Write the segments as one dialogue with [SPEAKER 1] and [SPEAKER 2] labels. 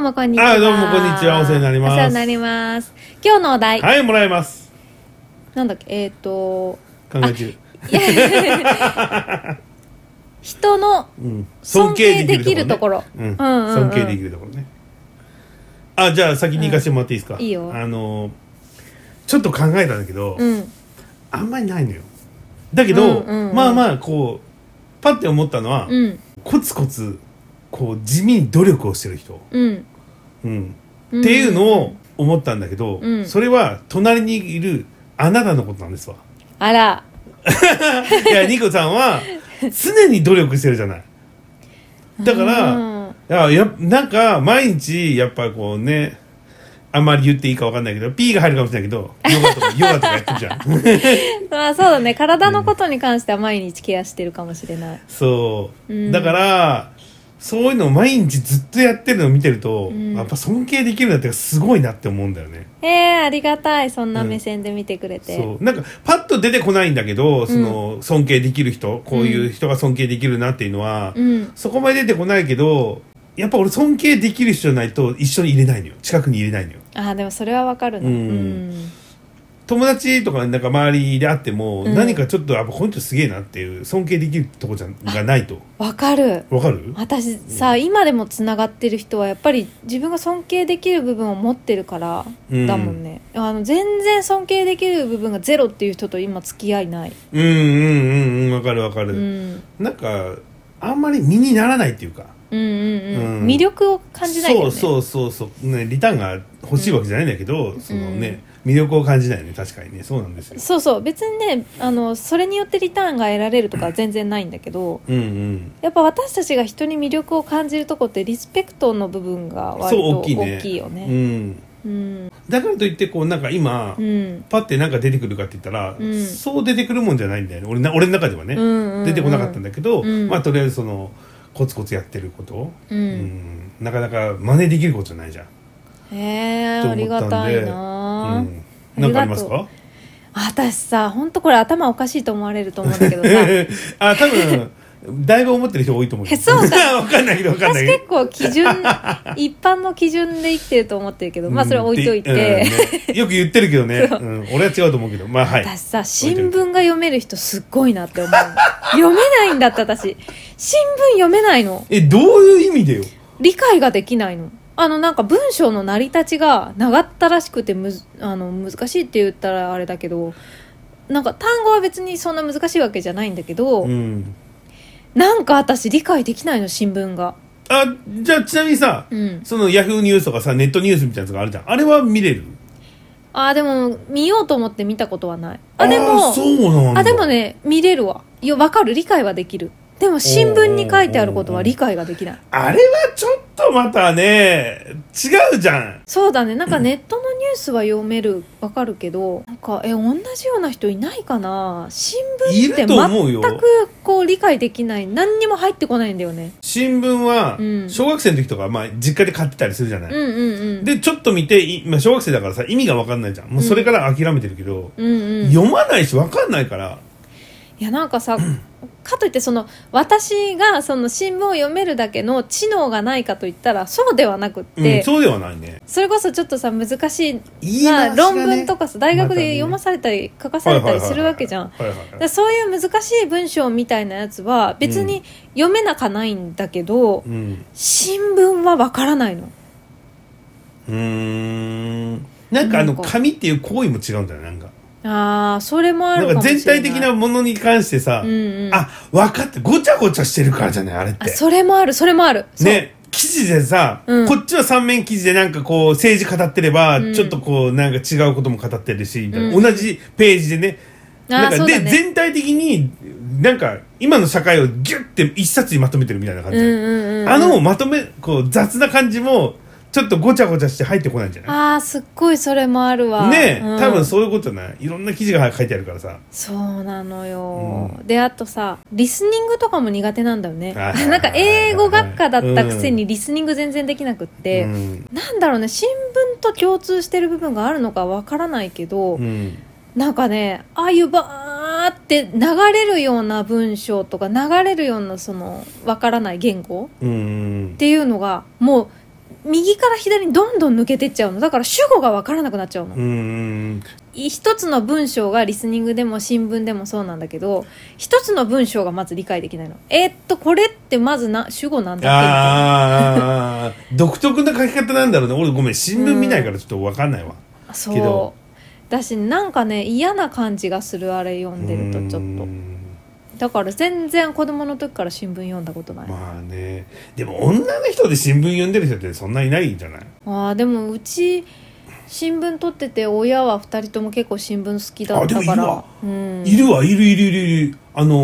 [SPEAKER 1] もこんにちは。
[SPEAKER 2] あどうもこんにちはお世話になります
[SPEAKER 1] お世話になります。今日のお題、
[SPEAKER 2] はいもらいます
[SPEAKER 1] なんだっけ、えっ、 と、
[SPEAKER 2] 考え中
[SPEAKER 1] 人の、
[SPEAKER 2] うん
[SPEAKER 1] 尊敬できる
[SPEAKER 2] ね
[SPEAKER 1] ところうんうんうん
[SPEAKER 2] 尊敬できるところねあじゃあ先に行かせてもらっていいですか、
[SPEAKER 1] うんいいよ
[SPEAKER 2] あのちょっと考えたんだけど、
[SPEAKER 1] うん、
[SPEAKER 2] あんまりないのよだけど、
[SPEAKER 1] うんうんうん
[SPEAKER 2] まあまあこうパッて思ったのは、
[SPEAKER 1] うん、
[SPEAKER 2] コツコツこう地味に努力をしてる人、
[SPEAKER 1] うん。
[SPEAKER 2] うんっていう
[SPEAKER 1] を。
[SPEAKER 2] のを思ったんだけど、
[SPEAKER 1] うん
[SPEAKER 2] それは隣にいるあなたのことな んですわ
[SPEAKER 1] あら、
[SPEAKER 2] いやニコさんは常に努力してるじゃないだから、
[SPEAKER 1] うん
[SPEAKER 2] いややなんか毎日やっぱこうねあんまり言っていいかわかんないけど P が入るかもしれないけどヨガ とかヨガとかやってるじゃん
[SPEAKER 1] まあそうだね、体のことに関しては毎日ケアしてるかもしれない。
[SPEAKER 2] そう、
[SPEAKER 1] うん
[SPEAKER 2] だからそういうのを毎日ずっとやってるのを見てると、
[SPEAKER 1] ん
[SPEAKER 2] やっぱ尊敬できるなってすごいなって思うんだよね
[SPEAKER 1] えー、ありがたい、そんな目線で見てくれて。
[SPEAKER 2] そうなんかパッと出てこないんだけどその尊敬できる人こういう人が尊敬できるなっていうのは、
[SPEAKER 1] うん、
[SPEAKER 2] そこまで出てこないけどやっぱ俺尊敬できる人じゃないと一緒に入れないのよ近くに入れないのよ
[SPEAKER 1] あーでもそれはわかるな、
[SPEAKER 2] うん
[SPEAKER 1] うん
[SPEAKER 2] 友達とかなんか周りであっても、
[SPEAKER 1] うん
[SPEAKER 2] 何かちょっとやっぱこの人すげえなっていう尊敬できるとこじゃがないと
[SPEAKER 1] わかる
[SPEAKER 2] わかる
[SPEAKER 1] 私さ、今でもつながってる人はやっぱり自分が尊敬できる部分を持ってるから
[SPEAKER 2] うん
[SPEAKER 1] だもんね、あの全然尊敬できる部分がゼロっていう人と今付き合いない、
[SPEAKER 2] うんうんうんうんわかるわか
[SPEAKER 1] う
[SPEAKER 2] る、
[SPEAKER 1] ん、うん
[SPEAKER 2] なんかあんまり身にならないっていうか
[SPEAKER 1] うんうん
[SPEAKER 2] うん
[SPEAKER 1] 魅力を感じないよね
[SPEAKER 2] そうそうそうそう、ね、リターンが欲しいわけじゃないんだけど、そのね魅力を感じないよね確かにねそうなんですよ
[SPEAKER 1] そうそう別にねあのそれによってリターンが得られるとかは全然ないんだけど
[SPEAKER 2] うんうん
[SPEAKER 1] やっぱ私たちが人に魅力を感じるとこってリスペクトの部分が割
[SPEAKER 2] そう
[SPEAKER 1] と
[SPEAKER 2] 大きいね
[SPEAKER 1] 大きいよ
[SPEAKER 2] う
[SPEAKER 1] ね
[SPEAKER 2] ん、
[SPEAKER 1] うん
[SPEAKER 2] だからといってこうなんか今、
[SPEAKER 1] うん
[SPEAKER 2] パッてなんか出てくるかって言ったら、
[SPEAKER 1] うん
[SPEAKER 2] そう出てくるもんじゃないんだよね俺な俺の中ではね、
[SPEAKER 1] うんうんうん
[SPEAKER 2] 出てこなかったんだけど、
[SPEAKER 1] うん
[SPEAKER 2] まあとりあえずそのコツコツやってること、
[SPEAKER 1] うん
[SPEAKER 2] うんなかなか真似できることじゃないじゃん。
[SPEAKER 1] へえ
[SPEAKER 2] と
[SPEAKER 1] あ
[SPEAKER 2] 思
[SPEAKER 1] り
[SPEAKER 2] っ
[SPEAKER 1] が
[SPEAKER 2] たんで
[SPEAKER 1] たいなあ、
[SPEAKER 2] うんなんかありますか
[SPEAKER 1] 私さ本当これ頭おかしいと思われると思うんだけ どさ
[SPEAKER 2] あ多分だいぶ思ってる人多いと思うよ
[SPEAKER 1] へ そう
[SPEAKER 2] か分かんないけど分かんな
[SPEAKER 1] 私
[SPEAKER 2] いけ
[SPEAKER 1] 結構基準一般の基準で生きてると思ってるけど
[SPEAKER 2] ど
[SPEAKER 1] まあそれは置いといて、
[SPEAKER 2] うんねよく言ってるけどね、うん俺は違うと思うけどまあはい
[SPEAKER 1] 私さ新聞が読める人すっごいなって思う読めないんだって私新聞読めないの
[SPEAKER 2] えどういう意味でよ
[SPEAKER 1] 理解ができないのあのなんか文章の成り立ちが長ったらしくてむずあの難しいって言ったらあれだけどなんか単語は別にそんな難しいわけじゃないんだけど、
[SPEAKER 2] うん
[SPEAKER 1] なんか私理解できないの新聞が
[SPEAKER 2] あじゃあちなみにさ、
[SPEAKER 1] うん
[SPEAKER 2] そのヤフーニュースとかさネットニュースみたいなやつがあるじゃんあれは見れる
[SPEAKER 1] あーでも見ようと思って見たことはないあでも
[SPEAKER 2] ーそうなんだ
[SPEAKER 1] あでもね見れるわいやわかる理解はできるでも新聞に書いてあることは理解ができない
[SPEAKER 2] あれはちょっとまたね違うじゃん
[SPEAKER 1] そうだねなんかネットのニュースは読めるわかるけどなんかえ同じような人いないかな新
[SPEAKER 2] い
[SPEAKER 1] 聞って
[SPEAKER 2] ると思うよ
[SPEAKER 1] 全くこう理解できない何にも入ってこないんだよね
[SPEAKER 2] 新聞は
[SPEAKER 1] うん
[SPEAKER 2] 小学生の時とか、まあ、実家で買ってたりするじゃない、
[SPEAKER 1] うんうんうん
[SPEAKER 2] でちょっと見ていまあ小学生だからさ意味が分かんないじゃんもうそれから諦めてるけど、
[SPEAKER 1] うんうん
[SPEAKER 2] 読まないし分かんないから
[SPEAKER 1] いやなんかさかといってその私がその新聞を読めるだけの知能がないかといったらそうではなくっ
[SPEAKER 2] うん、
[SPEAKER 1] て、そ
[SPEAKER 2] そうではないね
[SPEAKER 1] れこそちょっとさ難しい
[SPEAKER 2] 言い
[SPEAKER 1] まあ
[SPEAKER 2] 回しが
[SPEAKER 1] 論
[SPEAKER 2] ね
[SPEAKER 1] 文とかさ大学
[SPEAKER 2] またね
[SPEAKER 1] で読まされたり書かされたりするわけじゃん。
[SPEAKER 2] はいはいは
[SPEAKER 1] だ
[SPEAKER 2] いはい
[SPEAKER 1] か
[SPEAKER 2] はい
[SPEAKER 1] らそういう難しい文章みたいなやつは別に読めなかないんだけど、
[SPEAKER 2] うん
[SPEAKER 1] 新聞はわからないの。
[SPEAKER 2] うーんなんか
[SPEAKER 1] な
[SPEAKER 2] あの
[SPEAKER 1] んか
[SPEAKER 2] 紙っていう行為も違うんだよなんか
[SPEAKER 1] ああそれもあ
[SPEAKER 2] な
[SPEAKER 1] るか
[SPEAKER 2] ん
[SPEAKER 1] も
[SPEAKER 2] か
[SPEAKER 1] しれない
[SPEAKER 2] 全。体的なものに関してさ、
[SPEAKER 1] うんうん。
[SPEAKER 2] あ分かってごちゃごちゃしてるからじゃないあれっ
[SPEAKER 1] あ
[SPEAKER 2] て
[SPEAKER 1] それもあるそれもある。そう
[SPEAKER 2] ね記事でさ、
[SPEAKER 1] うん
[SPEAKER 2] こっちは三面記事でなんかこう政治語ってれば、
[SPEAKER 1] うん
[SPEAKER 2] ちょっとこうなんか違うことも語ってるし、みたいな
[SPEAKER 1] うん
[SPEAKER 2] 同じページでね
[SPEAKER 1] あー
[SPEAKER 2] なんか
[SPEAKER 1] そう
[SPEAKER 2] で
[SPEAKER 1] だね
[SPEAKER 2] 全体的になんか今の社会をギュッて一冊にまとめてるみたいな感じ、
[SPEAKER 1] うんうんうんうん。
[SPEAKER 2] あのまとめこう雑な感じもちょっとごちゃごちゃして入ってこないんじゃない
[SPEAKER 1] あーすっごいそれもあるわ
[SPEAKER 2] ねえ、
[SPEAKER 1] うん
[SPEAKER 2] 多分そういうことないいろんな記事が書いてあるからさ
[SPEAKER 1] そうなのよ、
[SPEAKER 2] う
[SPEAKER 1] であとさリスニングとかも苦手なんだよね
[SPEAKER 2] はいはいは い
[SPEAKER 1] なんか英語学科だったくせにリスニング全然できなくっ
[SPEAKER 2] う
[SPEAKER 1] て、
[SPEAKER 2] ん、
[SPEAKER 1] なんだろうね新聞と共通してる部分があるのかわからないけど、
[SPEAKER 2] うん、
[SPEAKER 1] なんかねああいうバーって流れるような文章とか流れるようなそのわからない言語
[SPEAKER 2] うん
[SPEAKER 1] っていうのがもう右から左にどんどん抜けてっちゃうのだから主語が分からなくなっちゃうの、
[SPEAKER 2] うーん
[SPEAKER 1] い一つの文章がリスニングでも新聞でもそうなんだけど一つの文章がまず理解できないのえーっとこれってまずな主語なんだっけみたいな
[SPEAKER 2] あー独特な書き方なんだろうね俺ごめん新聞見ないからちょっと分かんないわ、
[SPEAKER 1] そう
[SPEAKER 2] けど
[SPEAKER 1] だしなんかね嫌な感じがするあれ読んでるとちょ
[SPEAKER 2] うー
[SPEAKER 1] っ
[SPEAKER 2] ん
[SPEAKER 1] とだから全然子供の時から新聞読んだことない、
[SPEAKER 2] まあねでも女の人で新聞読んでる人ってそんないないんじゃない
[SPEAKER 1] あーでもうち新聞取ってて親は2人とも結構新聞好きだ
[SPEAKER 2] あ
[SPEAKER 1] っ
[SPEAKER 2] でも
[SPEAKER 1] た
[SPEAKER 2] いる
[SPEAKER 1] か
[SPEAKER 2] わ
[SPEAKER 1] らうん
[SPEAKER 2] いるわいるいるいるいるあの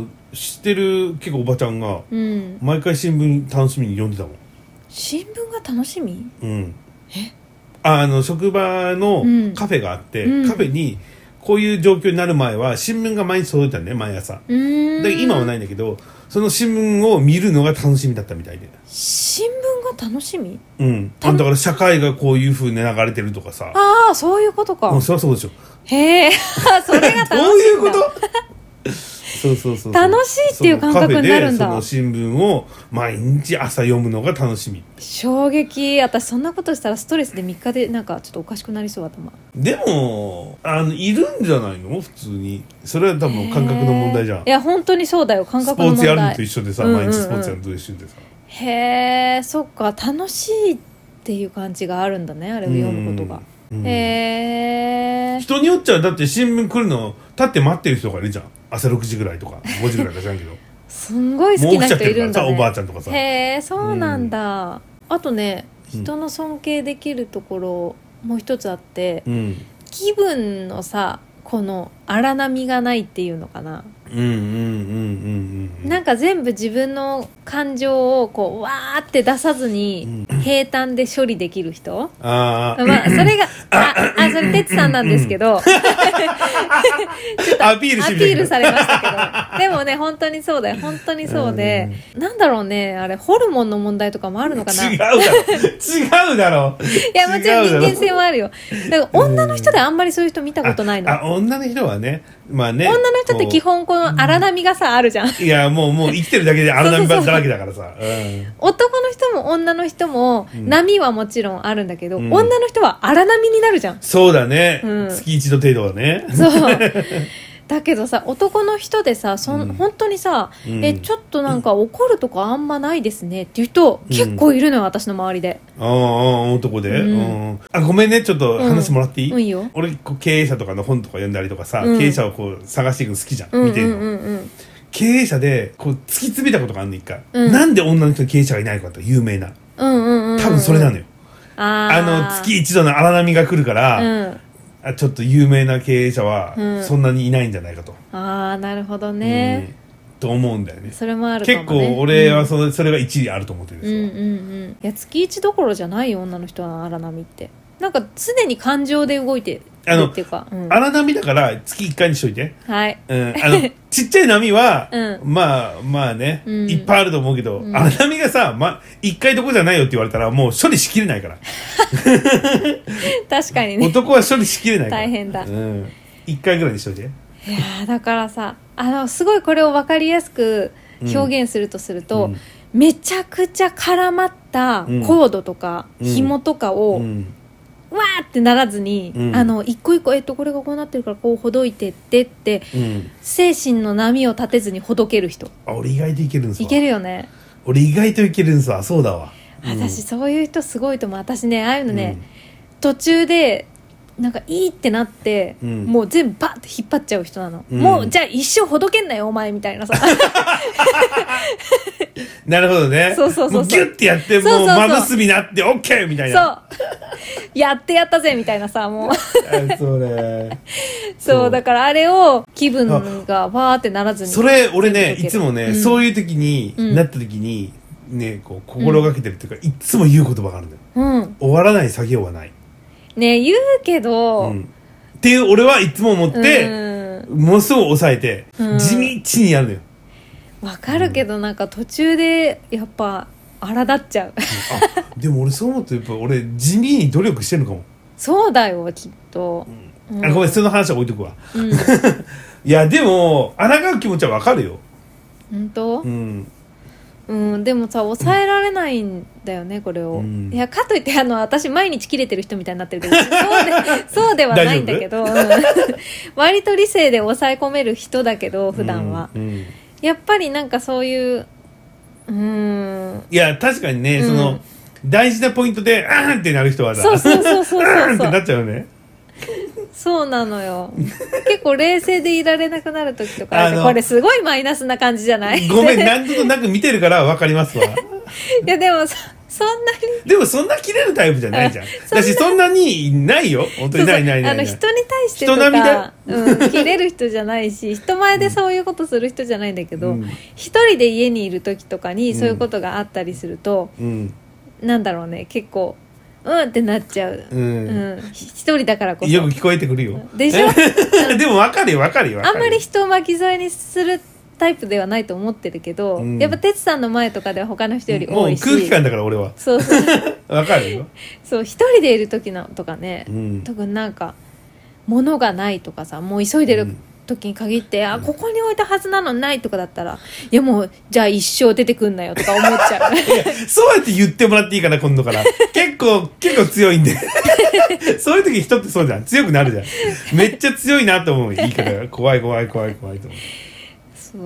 [SPEAKER 2] ー知ってる結構おばちゃんが
[SPEAKER 1] うん、
[SPEAKER 2] 毎回新聞楽しみに読んでたもん
[SPEAKER 1] 新聞が楽しみ
[SPEAKER 2] うんあの職場の
[SPEAKER 1] うん
[SPEAKER 2] カフェがあって、
[SPEAKER 1] うん
[SPEAKER 2] カフェにこういう状況になる前は新聞が毎日届いてたんだよ毎朝
[SPEAKER 1] うーん
[SPEAKER 2] で今はないんだけどその新聞を見るのが楽しみだったみたいで
[SPEAKER 1] 新聞が楽しみ
[SPEAKER 2] うんあだから社会がこういうふうに流れてるとかさ
[SPEAKER 1] ああそういうことか、
[SPEAKER 2] うんそりゃそうでしょ
[SPEAKER 1] へえ それが楽しいんだ
[SPEAKER 2] どういうこと そうそうそうそう
[SPEAKER 1] 楽しいっていう感覚になるんだ
[SPEAKER 2] そのカフェでその新聞を毎日朝読むのが楽しみ
[SPEAKER 1] 衝撃私そんなことしたらストレスで3日でなんかちょっとおかしくなりそう頭
[SPEAKER 2] でもあのいるんじゃないの普通にそれは多分感覚の問題じゃん
[SPEAKER 1] へーいや本当にそうだよ感
[SPEAKER 2] ス
[SPEAKER 1] 覚
[SPEAKER 2] ポ
[SPEAKER 1] の
[SPEAKER 2] ー
[SPEAKER 1] 問
[SPEAKER 2] ツ
[SPEAKER 1] 題
[SPEAKER 2] やるのと一緒でさ、
[SPEAKER 1] うんうんうん
[SPEAKER 2] 毎日スポーツやるのと一緒でさ
[SPEAKER 1] へえそっか楽しいっていう感じがあるんだねあれを読むことが、
[SPEAKER 2] うん
[SPEAKER 1] へえ
[SPEAKER 2] 人によっちゃだって新聞来るの立って待ってる人がいるじゃん朝6時ぐらいとか5時ぐらいか知らんけど
[SPEAKER 1] すんごい好
[SPEAKER 2] もう
[SPEAKER 1] き
[SPEAKER 2] 起
[SPEAKER 1] な
[SPEAKER 2] きちゃっ
[SPEAKER 1] 人
[SPEAKER 2] て
[SPEAKER 1] い
[SPEAKER 2] るか
[SPEAKER 1] るん
[SPEAKER 2] ら
[SPEAKER 1] だ
[SPEAKER 2] さ、
[SPEAKER 1] ね
[SPEAKER 2] おばあちゃんとかさ
[SPEAKER 1] へえそうなんだ、あとね
[SPEAKER 2] うん
[SPEAKER 1] 人の尊敬できるところもう一つあって、
[SPEAKER 2] うん
[SPEAKER 1] 気分のさこの荒波がないっていうのかな、
[SPEAKER 2] うんうんうんうんうん
[SPEAKER 1] なんか全部自分の感情をこうわーって出さずに平坦で処理できる人、
[SPEAKER 2] あー
[SPEAKER 1] まあそれ がああそれ哲さんなんですけどア
[SPEAKER 2] あアピールして
[SPEAKER 1] ピ
[SPEAKER 2] みたけ
[SPEAKER 1] ー
[SPEAKER 2] ど
[SPEAKER 1] ルされましたけどでもね本当にそうだよ本当にそうでなんだろうねあれホルモンの問題とかもあるのかな
[SPEAKER 2] 違うだろ違うだろ
[SPEAKER 1] いや、もちろん
[SPEAKER 2] 違
[SPEAKER 1] 人
[SPEAKER 2] うだろ
[SPEAKER 1] 間性もあるよ。だから女の人であんまりそういう人見たことないの。
[SPEAKER 2] ああ女の人はねまあね
[SPEAKER 1] 女の人って基
[SPEAKER 2] こ
[SPEAKER 1] 本この荒波がさ、あるじゃん。
[SPEAKER 2] ういやもうもう生きてるだけで荒波
[SPEAKER 1] そうそう
[SPEAKER 2] だ
[SPEAKER 1] そう
[SPEAKER 2] らけだからさうん
[SPEAKER 1] 男の人も女の人も、
[SPEAKER 2] ん
[SPEAKER 1] 波はもちろんあるんだけど、
[SPEAKER 2] うん
[SPEAKER 1] 女の人は荒波になるじゃ ん。
[SPEAKER 2] そうだね、
[SPEAKER 1] うん
[SPEAKER 2] 月一度程度はね
[SPEAKER 1] そう。だけどさ、男の人でさ、そん、
[SPEAKER 2] うん
[SPEAKER 1] 本当にさ、
[SPEAKER 2] うん
[SPEAKER 1] え、ちょっとなんか怒るとかあんまないですねっていう人、結構いるのよ、私の周りで。
[SPEAKER 2] ああ男で、
[SPEAKER 1] うん
[SPEAKER 2] うんあごめんねちょっと話もらっていい、
[SPEAKER 1] うんいいよ。
[SPEAKER 2] 俺こう経営者とかの本とか読んだりとかさ、
[SPEAKER 1] うん
[SPEAKER 2] 経営者をこう探していくの好きじゃん、
[SPEAKER 1] うんう
[SPEAKER 2] 見
[SPEAKER 1] ん
[SPEAKER 2] て
[SPEAKER 1] う
[SPEAKER 2] るの、
[SPEAKER 1] んうん。
[SPEAKER 2] 経営者でこう突き詰めたことがあるの一回、
[SPEAKER 1] うん
[SPEAKER 2] なんで女の人に経営者がいないのかって有名な
[SPEAKER 1] うんうんうんうん。
[SPEAKER 2] 多分それなのよ、
[SPEAKER 1] あ
[SPEAKER 2] あ
[SPEAKER 1] ー。
[SPEAKER 2] の月一度の荒波が来るから、
[SPEAKER 1] うん。
[SPEAKER 2] あちょっと有名な経営者は
[SPEAKER 1] うん
[SPEAKER 2] そんなにいないんじゃないかと、
[SPEAKER 1] あー、なるほどね。
[SPEAKER 2] うんと思うんだよね
[SPEAKER 1] それもあるかも、
[SPEAKER 2] 結
[SPEAKER 1] ね、
[SPEAKER 2] 構俺はそれ,、それが一理あると思ってるん
[SPEAKER 1] う
[SPEAKER 2] で
[SPEAKER 1] ん
[SPEAKER 2] す
[SPEAKER 1] う
[SPEAKER 2] よ、
[SPEAKER 1] んうんいや月一どころじゃないよ女の人は荒波ってなんか常に感情で動いて
[SPEAKER 2] あの
[SPEAKER 1] るっていうか、うん、
[SPEAKER 2] 荒波だから月1回にしといて、
[SPEAKER 1] はい
[SPEAKER 2] うん、あのちっちゃい波は、
[SPEAKER 1] う
[SPEAKER 2] まあまあね、
[SPEAKER 1] うん
[SPEAKER 2] いっぱいあると思うけど、
[SPEAKER 1] うん
[SPEAKER 2] 荒波がさ、ま、1回どこじゃないよって言われたらもう処理しきれないから
[SPEAKER 1] 確かにね
[SPEAKER 2] 男は処理しきれないから
[SPEAKER 1] 大変だ
[SPEAKER 2] うん、1回ぐらいにしといて
[SPEAKER 1] いやーだからさあのすごいこれを分かりやすく表現するとすると、
[SPEAKER 2] うん
[SPEAKER 1] めちゃくちゃ絡まった
[SPEAKER 2] うん
[SPEAKER 1] コードとか
[SPEAKER 2] うん
[SPEAKER 1] 紐とか
[SPEAKER 2] う
[SPEAKER 1] を、
[SPEAKER 2] ん
[SPEAKER 1] わーってならずに、
[SPEAKER 2] うん
[SPEAKER 1] あの一個一個えっとこれがこうなってるからこうほどいてってって
[SPEAKER 2] うん
[SPEAKER 1] 精神の波を立てずにほどける人
[SPEAKER 2] あ俺意外といけるんすわ
[SPEAKER 1] いけるよね
[SPEAKER 2] 俺意外といけるんすわそうだわうん
[SPEAKER 1] 私そういう人すごいと思う私ねああいうのね、途中でなんかいいってなって、
[SPEAKER 2] うん
[SPEAKER 1] もう全部バッて引っ張っちゃう人なの、
[SPEAKER 2] うん
[SPEAKER 1] もうじゃあ一生ほどけんなよお前みたい なさ
[SPEAKER 2] なるほどね。
[SPEAKER 1] そうそうそうそう
[SPEAKER 2] もギュッてやって、
[SPEAKER 1] そう
[SPEAKER 2] も
[SPEAKER 1] そう
[SPEAKER 2] う
[SPEAKER 1] そう
[SPEAKER 2] まぶすびなって、オッケーみたいな。
[SPEAKER 1] そうやってやったぜみたいなさもう
[SPEAKER 2] あ それ。
[SPEAKER 1] そう
[SPEAKER 2] そう
[SPEAKER 1] だからあれを気分がわーってならずに
[SPEAKER 2] それ、俺ね、
[SPEAKER 1] 全
[SPEAKER 2] いつ
[SPEAKER 1] 部
[SPEAKER 2] も
[SPEAKER 1] 溶ける
[SPEAKER 2] ね、そういう時に、
[SPEAKER 1] うん
[SPEAKER 2] なった時に、ね、こう、心がけてるっていうか、いつも言う言葉があるんだよ。
[SPEAKER 1] うん、うん、
[SPEAKER 2] 終わらない作業はない。
[SPEAKER 1] ね言うけど、
[SPEAKER 2] うんっていう、俺はいつも思って、
[SPEAKER 1] うん
[SPEAKER 2] ものすごい抑えて、
[SPEAKER 1] うん
[SPEAKER 2] 地道にやるのよ。
[SPEAKER 1] わかるけどなんか途中でやっぱ荒立っちゃう
[SPEAKER 2] あ、でも俺そう思って、やっぱ俺、地味に努力してるのかも。
[SPEAKER 1] そうだよきっと、うん
[SPEAKER 2] あごめん、その 話は置いとくわ。
[SPEAKER 1] うん、
[SPEAKER 2] いや、でも、抗う気持ちはわかるよ。
[SPEAKER 1] 本当
[SPEAKER 2] うん。
[SPEAKER 1] うん、でもさ抑えられないんだよねこれを、
[SPEAKER 2] うん
[SPEAKER 1] いやかといってあの私毎日切れてる人みたいになって るけどそうでそうではないんだけど、うん割と理性で抑え込める人だけど普段は、
[SPEAKER 2] うんうん
[SPEAKER 1] やっぱりなんかそういううん
[SPEAKER 2] いや確かにね、
[SPEAKER 1] うん
[SPEAKER 2] その大事なポイントであーんってなる人はさ
[SPEAKER 1] そうそうそうそう
[SPEAKER 2] あーん
[SPEAKER 1] そうそ
[SPEAKER 2] ってな
[SPEAKER 1] う
[SPEAKER 2] っちゃうよね
[SPEAKER 1] そうなのよ結構冷静でいられなくなる時とかある
[SPEAKER 2] あの
[SPEAKER 1] これすごいマイナスな感じじゃ ない
[SPEAKER 2] ごめん何となく見てるから分か りますわ
[SPEAKER 1] いやでもそそんなに
[SPEAKER 2] でもそんな切れるタイプじゃないじゃん
[SPEAKER 1] そんな
[SPEAKER 2] だしそんなにないよ本
[SPEAKER 1] そう
[SPEAKER 2] 当に
[SPEAKER 1] そう
[SPEAKER 2] ないないな
[SPEAKER 1] あ
[SPEAKER 2] い
[SPEAKER 1] の
[SPEAKER 2] ない
[SPEAKER 1] 人に対してと
[SPEAKER 2] 人並み
[SPEAKER 1] か
[SPEAKER 2] だ、
[SPEAKER 1] うん、切れる人じゃないし 人前でそういうことする人じゃないんだけど、
[SPEAKER 2] うん
[SPEAKER 1] 一人で家にいる時とかにそういうことがあったりすると、
[SPEAKER 2] うん
[SPEAKER 1] なんだろうね結構うんってなっちゃう、
[SPEAKER 2] う
[SPEAKER 1] うん
[SPEAKER 2] ん、
[SPEAKER 1] ひ一人だからこそ
[SPEAKER 2] よく聞こえてくるよ
[SPEAKER 1] でしょ
[SPEAKER 2] でも分かるよ分かるよ分か
[SPEAKER 1] あん
[SPEAKER 2] る
[SPEAKER 1] まり人を巻き添えにするタイプではないと思ってるけど、
[SPEAKER 2] うん
[SPEAKER 1] やっぱ哲さんの前とかでは他の人より
[SPEAKER 2] もう
[SPEAKER 1] 多いし
[SPEAKER 2] 空気感だから俺は
[SPEAKER 1] そうそう
[SPEAKER 2] 分かるよ、
[SPEAKER 1] そう一人でいる時のとかね、
[SPEAKER 2] うん、
[SPEAKER 1] 特になんか物がないとかさもう急いで
[SPEAKER 2] う
[SPEAKER 1] る
[SPEAKER 2] ん
[SPEAKER 1] 時に限って、あここに置いたはずなのにないとかだったらいやもうじゃあ一生出てくんなよとか思っち ゃう
[SPEAKER 2] そうやって言ってもらっていいかな今度から 結構結構強いんでそういう時人ってそうじゃん強くなるじゃんめっちゃ強いなと思う言い方が怖い怖い怖い怖いと思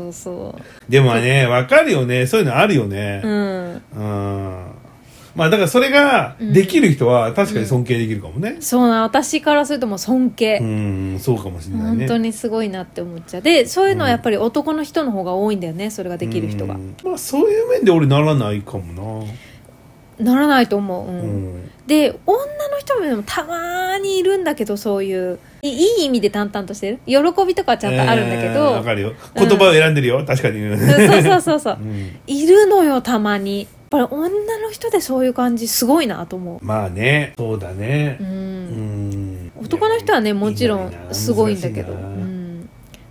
[SPEAKER 2] う
[SPEAKER 1] そうそ
[SPEAKER 2] でもね分かるよねそういうのあるよね
[SPEAKER 1] ううん
[SPEAKER 2] うんまあだからそれができる人は確かに尊敬できるかもね
[SPEAKER 1] そうな私からするともう尊敬、
[SPEAKER 2] うん、そうかもしれないね
[SPEAKER 1] 本当にすごいなって思っちゃうでそういうのはやっぱり男の人の方が多いんだよねそれができる人が
[SPEAKER 2] うんまあそういう面で俺ならないかも
[SPEAKER 1] ならないと思う、うん
[SPEAKER 2] な、うん
[SPEAKER 1] で女の人もでもたまにいるんだけどそういういいい意味で淡々としてる喜びとかはちゃんとあるんだけ
[SPEAKER 2] えー
[SPEAKER 1] ど、
[SPEAKER 2] わかるよ言葉を選んでるよ、確かに、
[SPEAKER 1] そうそうそうそう
[SPEAKER 2] うん
[SPEAKER 1] いるのよたまにやっぱり女の人でそういう感じすごいなと思
[SPEAKER 2] まあねそうだね
[SPEAKER 1] う、う、ん
[SPEAKER 2] うん
[SPEAKER 1] 男の人はねもちろんすごいんだけど、、
[SPEAKER 2] いういな難しいなん
[SPEAKER 1] や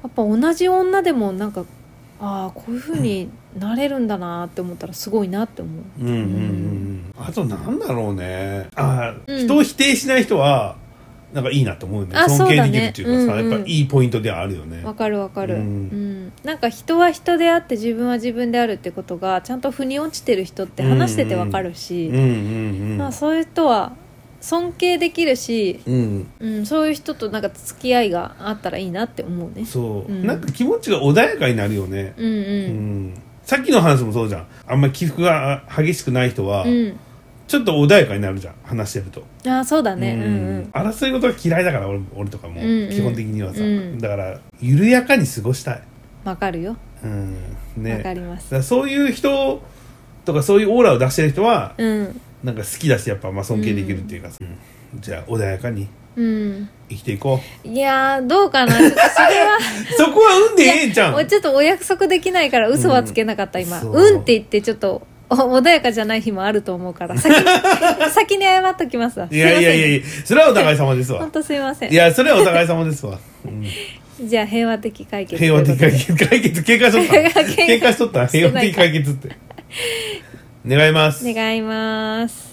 [SPEAKER 1] っぱ同じ女でもなんかああこういうふうになれるんだなって思ったらすごいなって思う
[SPEAKER 2] うんうんうんあとなんだろうねあ、
[SPEAKER 1] うん
[SPEAKER 2] 人を否定しない人はなんかいいなと思うよね
[SPEAKER 1] あ
[SPEAKER 2] 尊
[SPEAKER 1] そう
[SPEAKER 2] 敬
[SPEAKER 1] だ
[SPEAKER 2] で
[SPEAKER 1] ね
[SPEAKER 2] きるっていうかさ、
[SPEAKER 1] うんうん
[SPEAKER 2] やっぱいいポイントではあるよね
[SPEAKER 1] わかるわかる、う
[SPEAKER 2] うんん
[SPEAKER 1] なんか人は人であって自分は自分であるってことがちゃんと腑に落ちてる人って話しててわかるし、
[SPEAKER 2] うんうんう
[SPEAKER 1] まあ、
[SPEAKER 2] ん
[SPEAKER 1] そういう人は尊敬できるし、
[SPEAKER 2] うん、
[SPEAKER 1] うん、そういう人となんか付き合いがあったらいいなって思うね
[SPEAKER 2] そう、
[SPEAKER 1] うん
[SPEAKER 2] なんか気持ちが穏やかになるよね、
[SPEAKER 1] うん
[SPEAKER 2] う
[SPEAKER 1] うん
[SPEAKER 2] さっきの話もそうじゃんあんまり起伏があ激しくない人は、
[SPEAKER 1] うん
[SPEAKER 2] ちょっと穏やかになるじゃん話してると
[SPEAKER 1] ああそうだね
[SPEAKER 2] うん
[SPEAKER 1] うん
[SPEAKER 2] 争い事が嫌いだから俺俺とかも、
[SPEAKER 1] うんうん
[SPEAKER 2] 基本的にはさ、
[SPEAKER 1] うん
[SPEAKER 2] だから緩やかに過ごしたい、
[SPEAKER 1] わかるよ
[SPEAKER 2] うんね、
[SPEAKER 1] わかりま
[SPEAKER 2] だ
[SPEAKER 1] す
[SPEAKER 2] からそういう人とかそういうオーラを出してる人は、
[SPEAKER 1] うん
[SPEAKER 2] なんか好きだしやっぱまあ尊敬できるっていうかさ、うんじゃあ穏やかに
[SPEAKER 1] うん
[SPEAKER 2] 生きていこ
[SPEAKER 1] いやーどうかなちょっとそれ は
[SPEAKER 2] う そこは運でええんちゃ
[SPEAKER 1] もう
[SPEAKER 2] う
[SPEAKER 1] ちょっとお約束できないから嘘はつけなかった、
[SPEAKER 2] うん
[SPEAKER 1] 今
[SPEAKER 2] そう
[SPEAKER 1] うんって言ってちょっとお穏やかじゃない日もあると思うから 先に先に謝っときますわ
[SPEAKER 2] いやいやいや
[SPEAKER 1] や
[SPEAKER 2] いやそれはお互い様です
[SPEAKER 1] 本
[SPEAKER 2] わ
[SPEAKER 1] 当すいませ
[SPEAKER 2] い
[SPEAKER 1] ん
[SPEAKER 2] やそれはお互い 様ですわ、うん
[SPEAKER 1] じゃあ平和的解決
[SPEAKER 2] 平和的
[SPEAKER 1] とい
[SPEAKER 2] 解
[SPEAKER 1] うこ
[SPEAKER 2] 決解決喧嘩し とった
[SPEAKER 1] 喧嘩
[SPEAKER 2] 喧嘩しとった
[SPEAKER 1] して
[SPEAKER 2] 平
[SPEAKER 1] ないか
[SPEAKER 2] 和的解決って願います
[SPEAKER 1] とで願います